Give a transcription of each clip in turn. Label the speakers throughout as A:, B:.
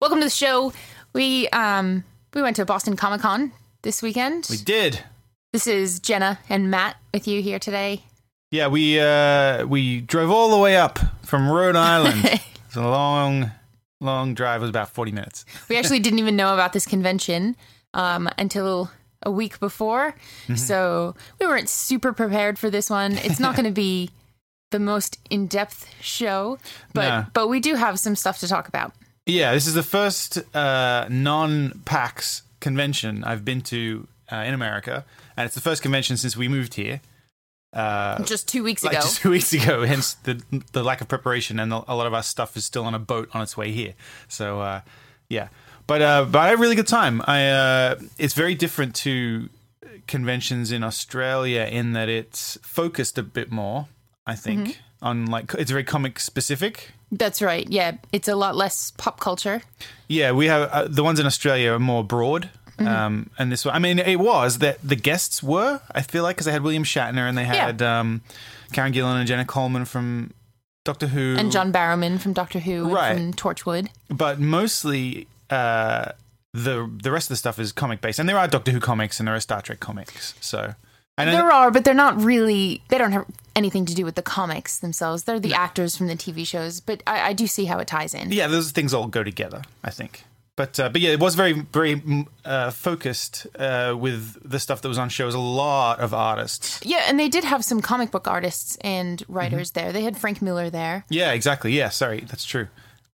A: welcome to the show. We um we went to Boston Comic Con this weekend.
B: We did.
A: this is Jenna and Matt with you here today.
B: Yeah, we uh, we drove all the way up from Rhode Island. it's a long, long drive. It was about forty minutes.
A: We actually didn't even know about this convention um, until a week before.
B: Mm-hmm.
A: So we weren't super prepared for this one. It's not going to be the most in depth show, but,
B: No.
A: but we do have some stuff to talk about.
B: Yeah, this is the first uh, non-PAX convention I've been to uh, in America, and it's the first convention since we moved here. Uh,
A: Just two weeks
B: like
A: ago.
B: just two weeks ago. Hence the the lack of preparation, and a lot of our stuff is still on a boat on its way here. So uh, yeah, but uh, but I had a really good time. I uh, it's very different to conventions in Australia in that it's focused a bit more. I think
A: Mm-hmm.
B: on like it's very comic specific.
A: That's right. Yeah. It's a lot less pop culture.
B: Yeah, we have uh, the ones in Australia are more broad.
A: Mm-hmm.
B: Um, and this one, I mean, it was that the guests were, I feel like, because they had William Shatner and they
A: Yeah.
B: had um, Karen Gillan and Jenna Coleman from Doctor Who
A: And John Barrowman from Doctor Who
B: Right.
A: and from Torchwood.
B: but mostly uh, the the rest of the stuff is comic based, and there are Doctor Who comics and there are Star Trek comics. So, and
A: There are, but they're not really, they don't have anything to do with the comics themselves. They're the actors from the TV shows, but I, I do see how it ties in.
B: yeah, those things all go together, I think. But uh, but yeah, it was very very mm, uh, focused uh, with the stuff that was on shows. A lot of artists.
A: Yeah, and they did have some comic book artists and
B: Mm-hmm.
A: writers there. They had Frank Miller there.
B: Yeah, exactly. Yeah, sorry, that's true.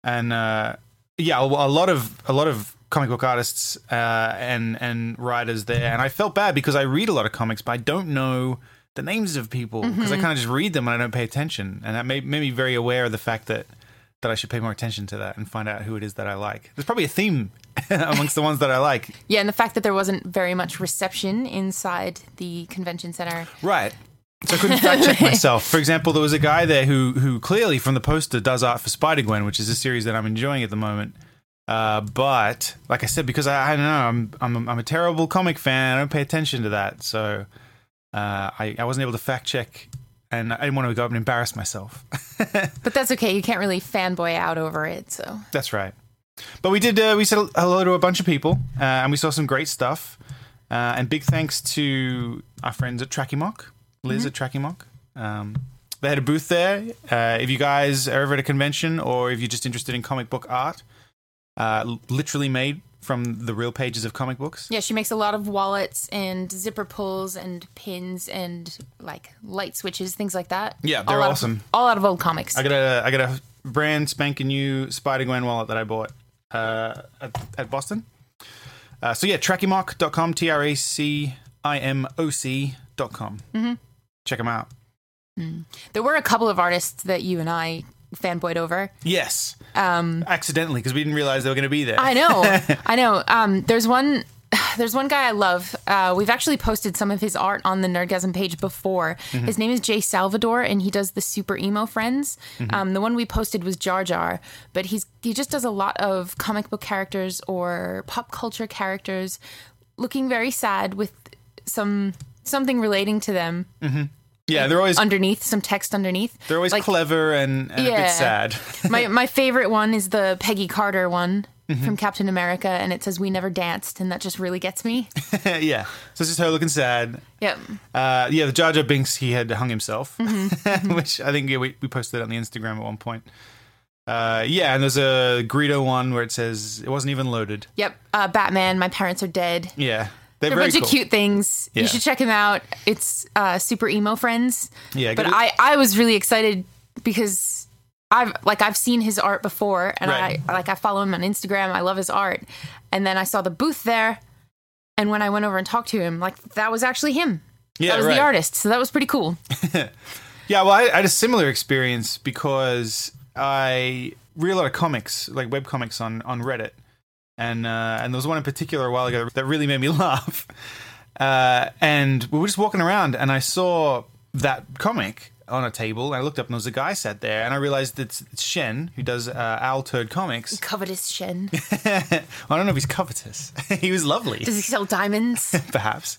B: And uh, yeah, a, a lot of a lot of comic book artists uh, and and writers there, and I felt bad because I read a lot of comics, but I don't know the names of people because I kind of just read them and I don't pay attention, and that made, made me very aware of the fact that that I should pay more attention to that and find out who it is that I like. There's probably a theme amongst the ones that I like,
A: Yeah, and the fact that there wasn't very much reception inside the convention center.
B: right? So I couldn't fact check myself. For example, there was a guy there who who clearly from the poster does art for Spider Gwen, which is a series that I'm enjoying at the moment. Uh, but like I said, because I, I don't know, I'm, I'm I'm a terrible comic fan. I don't pay attention to that, so uh, I I wasn't able to fact check, and I didn't want to go up and embarrass myself.
A: But that's okay. You can't really fanboy out over it. So
B: That's right. But we did. Uh, we said hello to a bunch of people, uh, and we saw some great stuff. Uh, and big thanks to our friends at Trackimock, Liz at Trackimock. Um, they had a booth there. Uh, if you guys are ever at a convention, or if you're just interested in comic book art, uh, l- literally made from the real pages of comic books.
A: yeah, she makes a lot of wallets and zipper pulls and pins and like light switches, things like that.
B: Yeah, they're
A: all out
B: awesome.
A: Of, all out of old comics.
B: I got a I got a brand spanking new Spider Gwen wallet that I bought uh, at, at Boston. Uh, so yeah, trackimoc.com, T R A C I M O C.com. Mm-hmm. Check them out.
A: there were a couple of artists that you and I fanboyed over.
B: Yes,
A: Um,
B: accidentally because we didn't realize they were going to be there.
A: I know. I know. Um, there's one. There's one guy I love. Uh, we've actually posted some of his art on the Nerdgasm page before.
B: Mm-hmm.
A: His name is Jay Salvador, and he does the super emo friends.
B: Mm-hmm.
A: Um, the one we posted was Jar Jar, but he's he just does a lot of comic book characters or pop culture characters, looking very sad with some something relating to them
B: yeah, they're always
A: underneath, some text underneath.
B: they're always
A: like-
B: clever and, and a
A: Yeah.
B: bit sad.
A: my my favorite one is the Peggy Carter one from Captain America, and it says "We never danced," and that just really gets me.
B: yeah, so it's just her looking sad.
A: Yep.
B: Uh, yeah, the Jar Jar Binks, he had hung himself,
A: Mm-hmm.
B: which I think yeah, we, we posted on the Instagram at one point. Uh, yeah, and there's a Greedo one where it says it wasn't even loaded.
A: Yep. Uh, Batman. My parents are dead.
B: Yeah, they're,
A: They're a
B: very
A: bunch
B: cool.
A: of cute things.
B: Yeah.
A: You should check them out. It's uh, super emo friends.
B: Yeah,
A: But
B: good-
A: I I was really excited because. I've like I've seen his art before, and
B: Right.
A: I like I follow him on Instagram. I love his art, and then I saw the booth there, and when I went over and talked to him, like that was actually him.
B: Yeah,
A: that was
B: right.
A: the artist, so that was pretty cool.
B: Yeah, well, I, I had a similar experience because I read a lot of comics, like web comics, on on Reddit, and uh, and there was one in particular a while ago that really made me laugh. Uh, and we were just walking around, and I saw that comic on a table. And I looked up, and there was a guy sat there, and I realized it's, it's Shen who does uh, Owl Turd Comics.
A: Covetous Shen.
B: I don't know if he's covetous. he was lovely
A: Does he sell diamonds?
B: perhaps.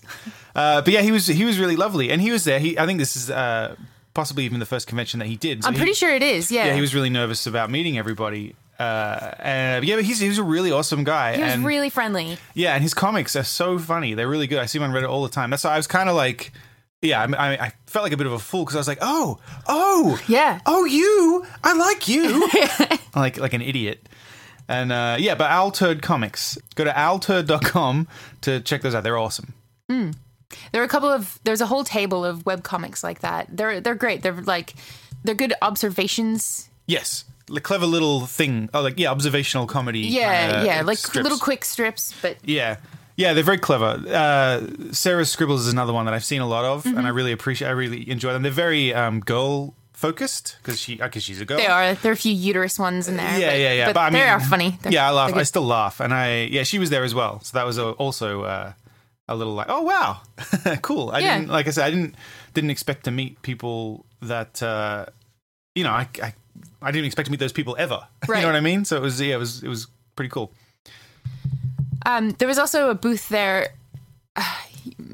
B: Uh, but yeah, he was he was really lovely, and he was there. He I think this is uh, possibly even the first convention that he did. So
A: I'm
B: he-
A: pretty sure it is. Yeah.
B: Yeah, he was really nervous about meeting everybody, Uh, and yeah, but he's he's a really awesome guy.
A: He was
B: and
A: really friendly.
B: yeah, and his comics are so funny. They're really good. I see him on Reddit all the time. That's why I was kind of like, yeah, I, I, I felt like a bit of a fool because I was like, oh, oh,
A: Yeah.
B: oh, you, I like you, like like an idiot. And uh, yeah, but Alturd Comics. Go to alturd.com to check those out. They're awesome.
A: There are a couple of there's a whole table of web comics like that. They're they're great. They're like they're good observations.
B: Yes, the clever little thing. Oh, like yeah, observational comedy.
A: Yeah,
B: uh,
A: yeah, like
B: strips.
A: little quick strips, but
B: Yeah. Yeah, they're very clever. Uh, Sarah's Scribbles is another one that I've seen a lot of, and I
A: Mm-hmm.
B: really appreciate. I really enjoy them. They're very um, girl focused because she because she's a girl.
A: they are there are a few uterus ones in there.
B: Yeah,
A: but,
B: yeah, yeah.
A: But,
B: But, I
A: they
B: mean,
A: are funny. They're-
B: yeah, I laugh.
A: they're
B: I
A: good.
B: still laugh, and I yeah, she was there as well. So that was a, also uh, a little like, oh wow, cool. I
A: Yeah.
B: didn't like I said, I didn't didn't expect to meet people that uh, you know I, I I didn't expect to meet those people ever.
A: Right.
B: you know what I mean? So it was yeah, it was it was pretty cool.
A: Um, there was also a booth there.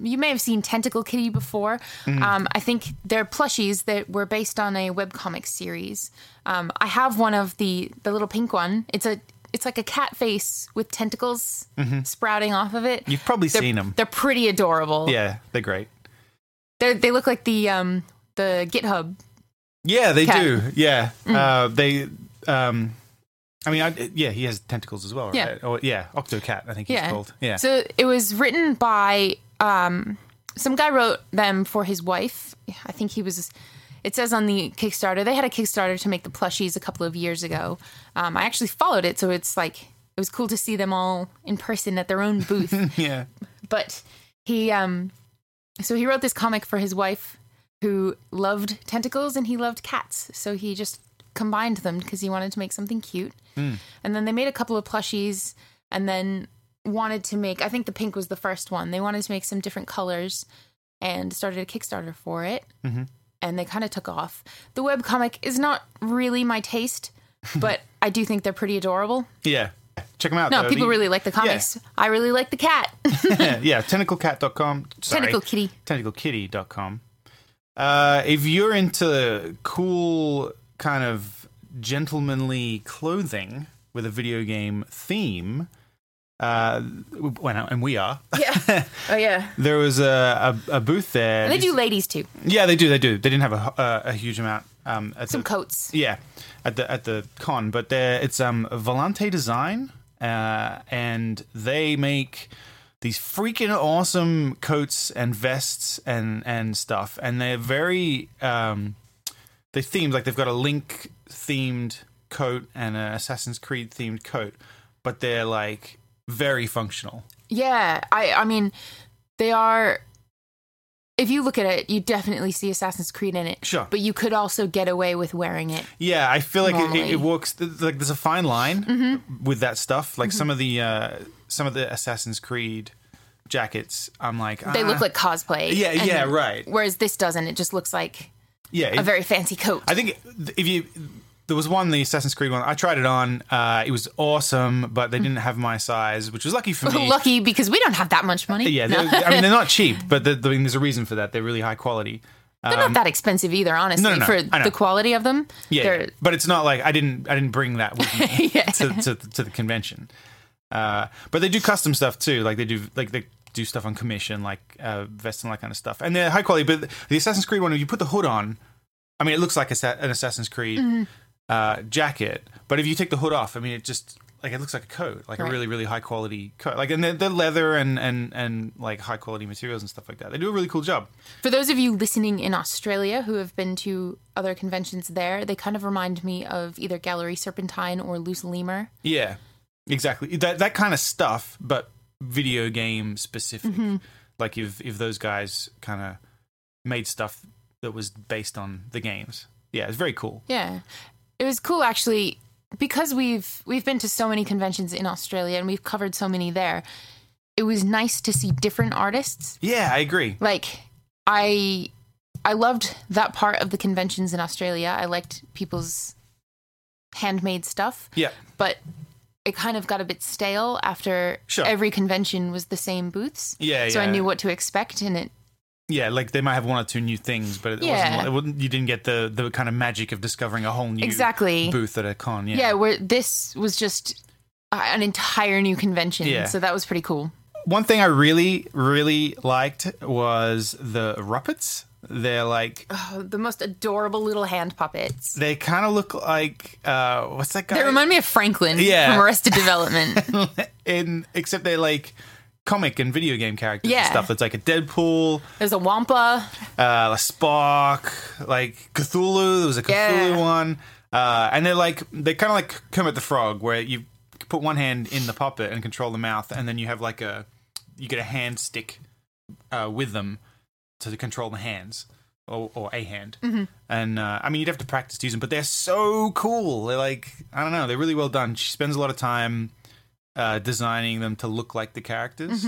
A: You may have seen Tentacle Kitty before.
B: Mm-hmm.
A: Um, I think they're plushies that were based on a webcomic series. Um, I have one of the the little pink one. It's a it's like a cat face with tentacles sprouting off of it.
B: Mm-hmm. You've probably
A: they're,
B: seen them.
A: They're pretty adorable.
B: Yeah, they're great.
A: They're, they look like the um the GitHub.
B: Yeah, they
A: Cat.
B: do. Yeah,
A: Mm.
B: uh, they. Um, I mean, I, yeah, he has tentacles as well, right?
A: Yeah.
B: Or, yeah, Octocat, I think he's
A: Yeah.
B: called. Yeah.
A: So it was written by um, some guy wrote them for his wife. I think he was. It says on the Kickstarter they had a Kickstarter to make the plushies a couple of years ago. Um, I actually followed it, so it's like it was cool to see them all in person at their own booth.
B: yeah.
A: but he um so he wrote this comic for his wife who loved tentacles and he loved cats so he just combined them because he wanted to make something cute and then they made a couple of plushies and then wanted to make i think the pink was the first one they wanted to make some different colors and started a kickstarter for it and they kind of took off the webcomic is not really my taste but i do think they're pretty adorable
B: Yeah. Check them out.
A: no
B: though.
A: people
B: The-
A: really like the comics i really like the cat
B: yeah, yeah, tentaclecat.com. Sorry.
A: Tentacle Kitty.
B: Tentaclekitty.com. Uh, if you're into cool, kind of gentlemanly clothing with a video game theme, uh, when and we are,
A: yeah oh yeah
B: there was a, a, a booth there.
A: And they do ladies too.
B: Yeah, they do. They do. They didn't have a, uh, a huge amount. Um, at
A: Some
B: the,
A: coats.
B: yeah, at the at the con, but they're- it's um Volante Design, uh, and they make these freaking awesome coats and vests and and stuff, and they're very um they themed like they've got a Link themed coat and an Assassin's Creed themed coat, but they're like very functional.
A: Yeah, I I mean, they are. If you look at it, you definitely see Assassin's Creed in it.
B: Sure.
A: but you could also get away with wearing it.
B: Yeah, I feel like it, it,
A: Normally. Mm-hmm.
B: it walks th- like there's a fine line with that stuff. Like some of the uh, some of the Assassin's Creed jackets, I'm like
A: They
B: ah.
A: look like cosplay.
B: Yeah, yeah, right.
A: Whereas this doesn't. It just looks like
B: ah. yeah.
A: a
B: it-
A: very fancy coat.
B: I think if you there was one the Assassin's Creed one I tried it on. Uh, it was awesome, but
A: Mm.
B: they didn't have my size, which was lucky for me.
A: Lucky because we don't have that much money.
B: yeah,
A: No.
B: they're- I mean they're not cheap, but they're- I mean, there's a reason for that. They're really high quality.
A: they're not that expensive either. Honestly,
B: um, no,
A: for
B: I know.
A: the quality of them,
B: Yeah,
A: they're,
B: yeah. but it's not like I didn't I didn't bring that with me
A: Yeah.
B: to, to to the convention. Uh, but they do custom stuff too, like they do like they do stuff on commission, like uh, vests and that kind of stuff, and they're high quality. But the Assassin's Creed one, if you put the hood on, I mean, it looks like a, sa- an Assassin's Creed
A: Mm-hmm.
B: uh, jacket, but if you take the hood off, I mean, it just like it looks like a coat, like a
A: Right.
B: really really high quality coat, like and they're, they're leather and and and like high quality materials and stuff like that. They do a really cool job.
A: For those of you listening in Australia who have been to other conventions there, they kind of remind me of either Gallery Serpentine or Loose Lemur.
B: Yeah, exactly. That that kind of stuff, but video game specific.
A: Mm-hmm.
B: Like if if those guys kind of made stuff that was based on the games. Yeah, it's very cool.
A: Yeah. It was cool actually because we've we've been to so many conventions in Australia and we've covered so many there. It was nice to see different artists.
B: Yeah, I agree.
A: Like I I loved that part of the conventions in Australia. I liked people's handmade stuff,
B: Yeah,
A: but it kind of got a bit stale after
B: Sure.
A: every convention was the same booths.
B: yeah,
A: so
B: yeah.
A: I knew what to expect and it
B: Yeah, like they might have one or two new things, but it
A: Yeah.
B: wasn't. It wouldn't. You didn't get the the kind of magic of discovering a whole new
A: Exactly.
B: booth at a con. Yeah.
A: Yeah, where this was just uh, an entire new convention.
B: Yeah.
A: So that was pretty cool.
B: One thing I really really liked was the Ruppets. They're like
A: Oh, the most adorable little hand puppets.
B: they kind of look like uh what's that guy?
A: They remind me of Franklin
B: Yeah.
A: from Arrested Development.
B: in except they're like comic and video game characters and
A: Yeah.
B: stuff. It's like a Deadpool,
A: There's a Wampa.
B: uh, a Spock, like Cthulhu. There was a Cthulhu
A: Yeah.
B: one, uh, and they're like they kind of like Kermit the Frog, where you put one hand in the puppet and control the mouth, and then you have like a you get a hand stick uh, with them to control the hands. Or, or a hand, and uh, I mean you'd have to practice to use them, but they're so cool. They're like I don't know, they're really well done. She spends a lot of time uh, designing them to look like the characters.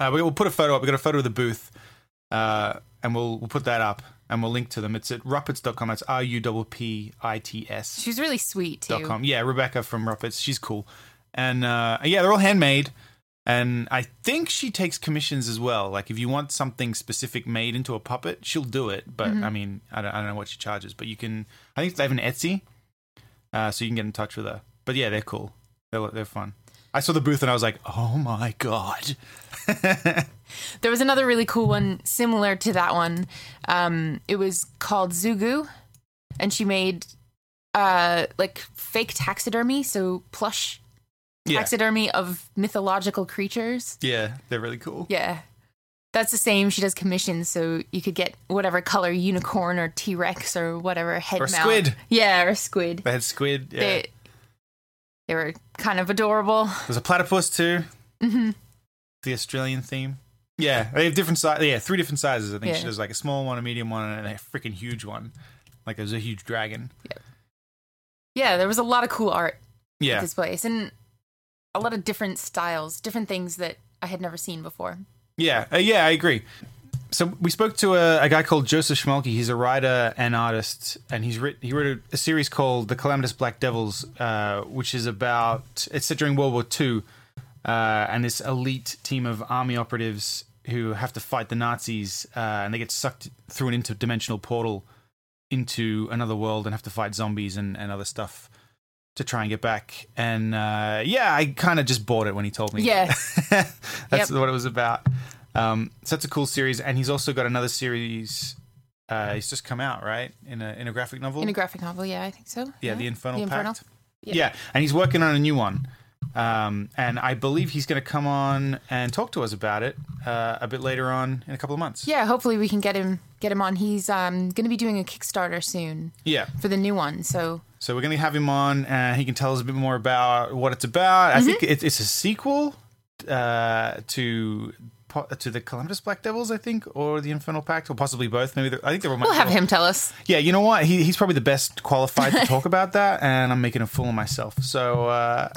B: Uh, we, we'll put a photo up. We got a photo of the booth, uh, and we'll we'll put that up and we'll link to them. It's at ruppets.com. It's R U P P I T S
A: She's really sweet too.
B: dot com. Yeah, Rebecca from Ruppets. She's cool, and uh, yeah, they're all handmade. And I think she takes commissions as well. Like if you want something specific made into a puppet, she'll do it. But
A: Mm-hmm.
B: I mean, I don't, I don't know what she charges. But you can, I think they have an Etsy, uh, so you can get in touch with her. But yeah, they're cool. They're they're fun. I saw the booth and I was like, oh my god.
A: There was another really cool one similar to that one. Um, it was called Zugu, and she made uh, like fake taxidermy, so plush
B: Yeah.
A: taxidermy of mythological creatures.
B: Yeah, they're really cool.
A: Yeah. That's the same. She does commissions, so you could get whatever color unicorn or T Rex or whatever head
B: Or
A: mount.
B: squid.
A: Yeah, or squid.
B: They had squid. Yeah.
A: They, they were kind of adorable.
B: There's a platypus too.
A: hmm
B: The Australian theme. Yeah, they have different sizes. Yeah, three different sizes. I think she
A: Yeah.
B: does like a small one, a medium one, and a freaking huge one. Like there's a huge dragon.
A: Yeah, there was a lot of cool art at
B: Yeah,
A: this place and a lot of different styles, different things that I had never seen before.
B: yeah, uh, yeah. I agree. So we spoke to a, a guy called Joseph Schmalke. He's a writer and artist, and he's writ- he wrote a, a series called The Calamitous Black Devils, uh, which is about it's set during World War II, uh, and this elite team of army operatives who have to fight the Nazis, uh, and they get sucked through an interdimensional portal into another world and have to fight zombies and, and other stuff to try and get back. And uh, yeah, I kind of just bought it when he told me.
A: Yeah. Yep.
B: that's what it was about. Um, so that's a cool series, and he's also got another series. Uh, he's just come out right in a in a graphic novel.
A: In a graphic novel, yeah, I think so.
B: yeah, the Infernal Pact.
A: Yeah.
B: Yeah. and he's working on a new one. Um, and I believe he's going to come on and talk to us about it uh, a bit later on in a couple of months.
A: Yeah, hopefully we can get him get him on. He's um going to be doing a Kickstarter soon
B: yeah.
A: for the new one. So
B: So we're going to have him on, and he can tell us a bit more about what it's about. I think
A: Mm-hmm.
B: it, it's a sequel uh, to po- to the Columbus Black Devils, I think, or the Infernal Pact, or possibly both. Maybe they're- I think they're all.
A: we'll have him tell us.
B: Yeah, you know what? He, he's probably the best qualified to talk about that, and I'm making a fool of myself. So uh,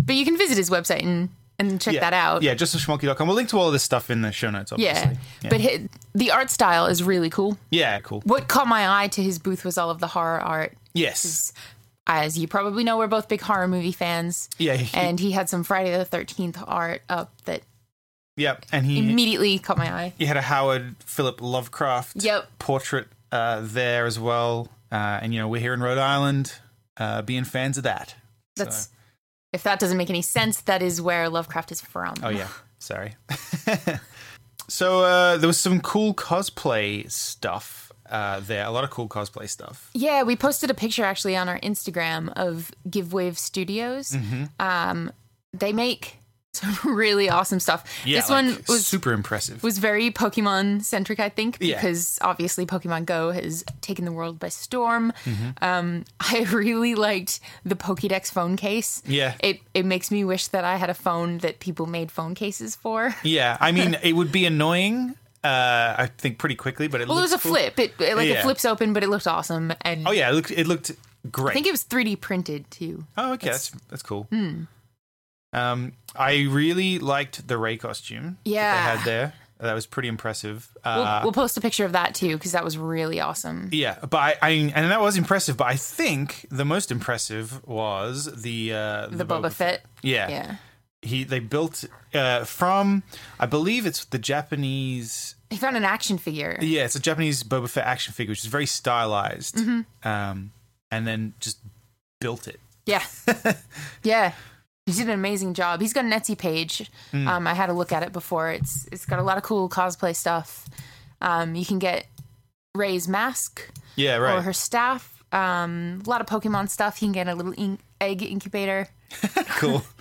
A: But you can visit his website and and check
B: yeah,
A: that out.
B: Yeah, justashmonkey.com. We'll link to all of this stuff in the show notes.
A: Yeah.
B: Obviously. yeah.
A: But hi the art style is really cool.
B: yeah, cool.
A: What caught my eye to his booth was all of the horror art.
B: Yes,
A: As you probably know, we're both big horror movie fans.
B: yeah, he,
A: And he had some Friday the 13th art up that
B: Mm-hmm. yeah, and he
A: immediately caught my eye.
B: you had a Howard Philip Lovecraft
A: Yep.
B: portrait uh, there as well. Uh, and, you know, we're here in Rhode Island uh, being fans of that.
A: That's if that doesn't make any sense, that is where Lovecraft is from.
B: Oh, yeah. Sorry. so uh, there was some cool cosplay stuff uh, there, a lot of cool cosplay stuff.
A: Yeah, we posted a picture actually on our Instagram of Give Wave Studios.
B: Mm-hmm.
A: Um, they make some really awesome stuff.
B: Yeah,
A: this
B: like,
A: one was
B: super impressive.
A: was very Pokemon centric, I think,
B: Yeah.
A: because obviously Pokemon Go has taken the world by storm.
B: Mm-hmm.
A: Um, I really liked the Pokédex phone case.
B: Yeah.
A: it it makes me wish that I had a phone that people made phone cases for.
B: yeah. I mean, it would be annoying, uh, I think, pretty quickly, but it
A: Well, it was a
B: cool.
A: flip. It, it- like
B: Yeah.
A: it flips open, but it looked awesome, and
B: Oh, yeah. It looked, it looked great.
A: I think it Hmm. was 3D printed too.
B: Oh, okay, that's that's cool. Um, I really liked the Ray costume. that
A: Yeah.
B: they had there. That was pretty impressive.
A: We'll,
B: Uh,
A: we'll post a picture of that too because that was really awesome.
B: yeah, but I, I and that was impressive. But I think the most impressive was the uh,
A: The, Boba, Fett.
B: Yeah,
A: Yeah.
B: he they built uh, from I believe it's the Japanese
A: He found an action figure.
B: Yeah, it's a Japanese Boba Fett action figure, which is very stylized,
A: Mm-hmm.
B: um, and then just built it.
A: Yeah. yeah. He did an amazing job. He's got an Etsy page.
B: Mm.
A: Um, I had a look at it before. It's it's got a lot of cool cosplay stuff. Um, you can get Ray's mask
B: Yeah,
A: or
B: right.
A: her staff. Um, a lot of Pokemon stuff. You can get a little in- egg incubator.
B: cool.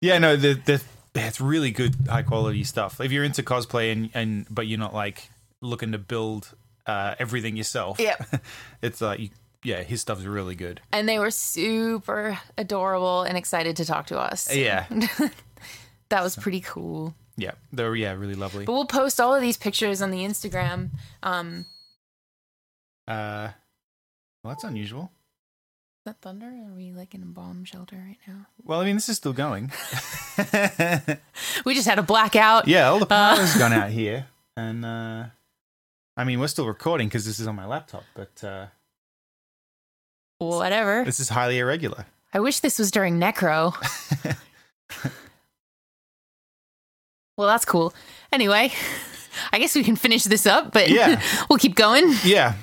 B: Yeah, no, the the it's really good high quality stuff. If you're into cosplay and and but you're not like looking to build uh, everything yourself,
A: Yep.
B: it's like you, yeah, his stuff's really good.
A: And they were super adorable and excited to talk to us.
B: Yeah,
A: That was pretty cool.
B: yeah, they're yeah really lovely.
A: But we'll post all of these pictures on the Instagram. Um, is
B: Uh, well, that's unusual.
A: that thunder? Are we like in a bomb shelter right now?
B: Well, I mean, this is still going.
A: We just had a blackout.
B: yeah, all the power's gone out here, and uh, I mean, we're still recording because this is on my laptop, but uh,
A: Whatever.
B: this is highly irregular.
A: I wish this was during Necro. well, that's cool. Anyway, I guess we can finish this up, but
B: Yeah.
A: we'll keep going.
B: Yeah.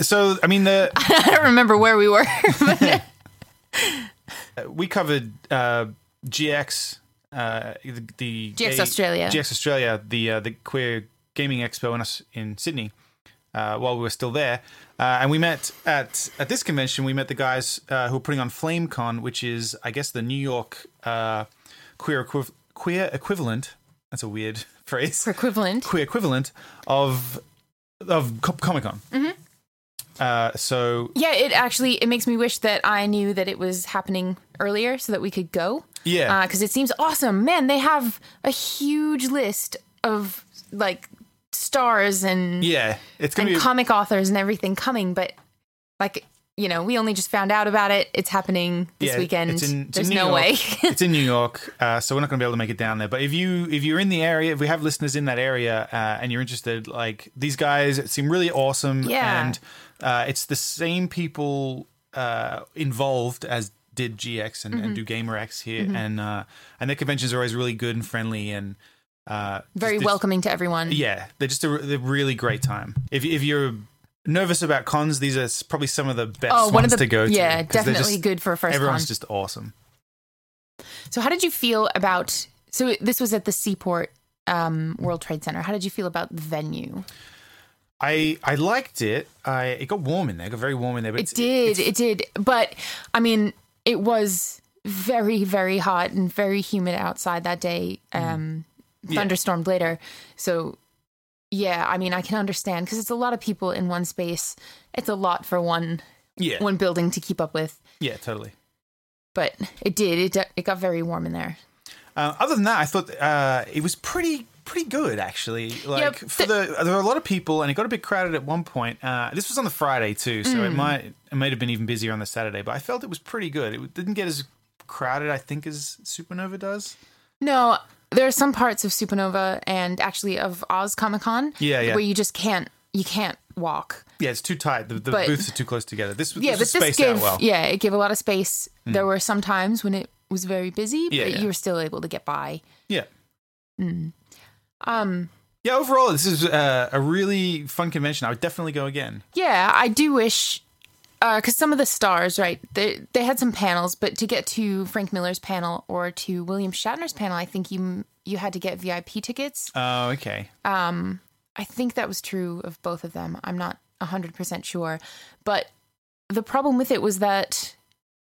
B: So, I mean, the
A: I don't remember where we were. but-
B: we covered uh, GX, uh, the, the
A: GX Australia.
B: GX Australia, the uh, the queer gaming expo in us in Sydney. Uh, while we were still there, uh, and we met at at this convention, we met the guys uh, who are putting on FlameCon, which is I guess the New York uh, queer equiv- queer equivalent. That's a weird phrase.
A: equivalent.
B: Queer equivalent of of Co- Comic Con.
A: Mm-hmm.
B: Uh, so
A: Yeah, it actually it makes me wish that I knew that it was happening earlier so that we could go.
B: yeah,
A: because it seems awesome. Man, they have a huge list of like stars and
B: yeah, it's gonna
A: and
B: be
A: comic authors and everything coming, but like you know, we only just found out about it. It's happening this
B: Yeah,
A: weekend.
B: it's in- it's in
A: There's
B: New
A: no
B: York.
A: way.
B: it's in New York, uh, so we're not going to be able to make it down there. But if you if you're in the area, if we have listeners in that area uh, and you're interested, like these guys seem really awesome,
A: Yeah.
B: and uh, it's the same people uh, involved as did GX and,
A: Mm-hmm.
B: and do GamerX here, and uh, and their conventions are always really good and friendly and uh,
A: Very
B: just-
A: welcoming to everyone.
B: yeah, they're just a, re- they're really great time. If if you're nervous about cons, these are s- probably some of the best
A: Oh,
B: ones
A: one of the
B: to go to.
A: yeah,
B: 'cause they're
A: definitely
B: just-
A: good for a first
B: Everyone's
A: con.
B: just awesome.
A: So, how did you feel about? So, this was at the Seaport um, World Trade Center. How did you feel about the venue?
B: I I liked it. I it got warm in there. It got very warm in there. But
A: It did, it did, but I mean, it was very, very hot and very humid outside that day.
B: Mm.
A: Um, Thunderstormed later, so yeah, I mean, I can understand because it's a lot of people in one space. It's a lot for one
B: yeah,
A: one building to keep up with,
B: yeah, totally.
A: but it did. It de- it got very warm in there.
B: Uh, other than that, I thought uh, it was pretty pretty good actually. Like
A: th-
B: for the there were a lot of people, and it got a bit crowded at one point. Uh, this was on the Friday too, so
A: Mm.
B: it might it might have been even busier on the Saturday. But I felt it was pretty good. It didn't get as crowded, I think, as Supernova does.
A: No, there are some parts of Supernova and actually of Oz Comic Con,
B: Yeah, yeah.
A: where you just can't you can't walk.
B: Yeah, it's too tight. The, the
A: But-
B: booths are too close together. This
A: yeah,
B: this was
A: but this
B: spaced
A: gave
B: out well. Hmm.
A: yeah, it gave a lot of space. There were some times when it was very busy,
B: Yeah,
A: but
B: yeah.
A: you were still able to get by.
B: yeah.
A: Hmm. Um,
B: Yeah, overall, this is uh, a really fun convention. I would definitely go again.
A: yeah, I do wish because some of the stars, right? They they had some panels, but to get to Frank Miller's panel or to William Shatner's panel, I think you you had to get VIP tickets.
B: Oh, okay.
A: Um, I think that was true of both of them. I'm not 100% sure. But the problem with it was that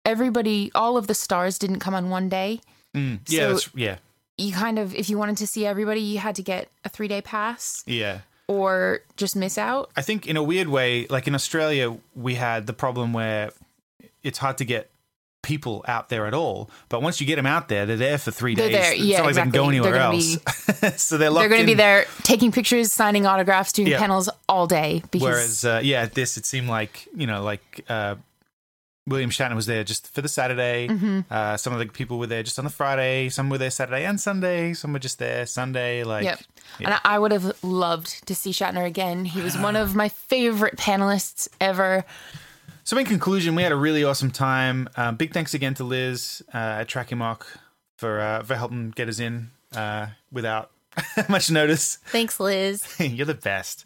A: everybody, all of the stars didn't come on one day.
B: Mm, yeah,
A: so-
B: that's, yeah,
A: You kind of, if you wanted to see everybody, you had to get a three day pass
B: yeah.
A: or just miss out.
B: I think in a weird way, like in Australia, we had the problem where it's hard to get people out there at all. But once you get them out there, they're there for 3
A: They're
B: days.
A: there.
B: It's
A: Yeah,
B: not like they can go
A: exactly.
B: anywhere
A: They're gonna
B: else. so they're locked
A: They're going to be
B: in.
A: there taking pictures, signing autographs, doing
B: Yeah.
A: panels all day because
B: Whereas, uh, yeah, at this it seemed like you know, like uh, William Shatner was there just for the Saturday.
A: Mm-hmm.
B: Uh, some of the people were there just on the Friday. Some were there Saturday and Sunday. Some were just there Sunday. Like,
A: Yep.
B: yeah.
A: And I would have loved to see Shatner again. He was one of my favorite panelists ever.
B: So, in conclusion, we had a really awesome time. Um, big thanks again to Liz uh, at Tracking Mark for uh, for helping get us in uh, without Much notice.
A: Thanks, Liz.
B: You're the best.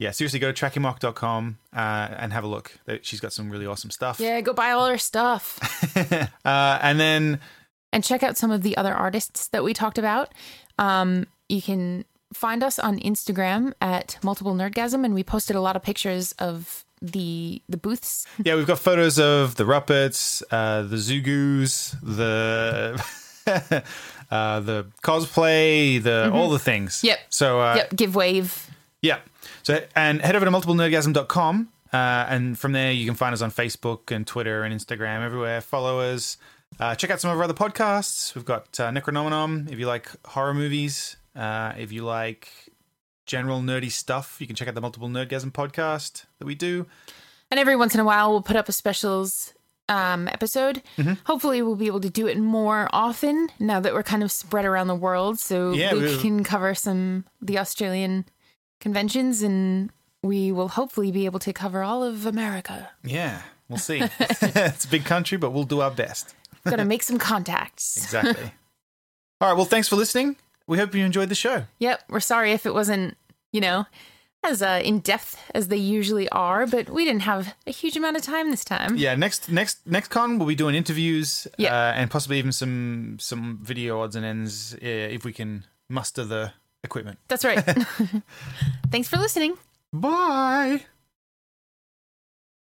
B: yeah, seriously, go to trackingmark.com uh, and have a look. They- She's got some really awesome stuff.
A: Yeah, go buy all her stuff
B: Uh, and then
A: and check out some of the other artists that we talked about. Um, you can find us on Instagram at multiple nerdgasm, and we posted a lot of pictures of the the booths.
B: Yeah, we've got photos of the Ruppets, uh, the Zugus, the uh, the cosplay, the all the things.
A: Mm-hmm. Yep.
B: So uh,
A: yep, give wave.
B: yeah. So and head over to multiplenerdgasm.com. Uh, and from there, you can find us on Facebook and Twitter and Instagram, everywhere. Follow us. Uh, check out some of our other podcasts. We've got uh, Necronomicon. If you like horror movies, uh, if you like general nerdy stuff, you can check out the Multiple Nerdgasm podcast that we do.
A: And every once in a while, we'll put up a specials um, episode.
B: Mm-hmm.
A: Hopefully, we'll be able to do it more often now that we're kind of spread around the world. So
B: Yeah,
A: we
B: we-
A: can cover some the Australian conventions, and we will hopefully be able to cover all of America.
B: Yeah, we'll see. it's a big country, but we'll do our best.
A: Got to make some contacts.
B: Exactly. All right. Well, thanks for listening. We hope you enjoyed the show.
A: Yep, we're sorry if it wasn't, you know, as uh, in depth as they usually are, but we didn't have a huge amount of time this time.
B: Yeah. Next, next, next con, we'll be doing interviews.
A: Yeah.
B: Uh, and possibly even some some video odds and ends uh, if we can muster the equipment.
A: That's right. Thanks for listening.
B: Bye.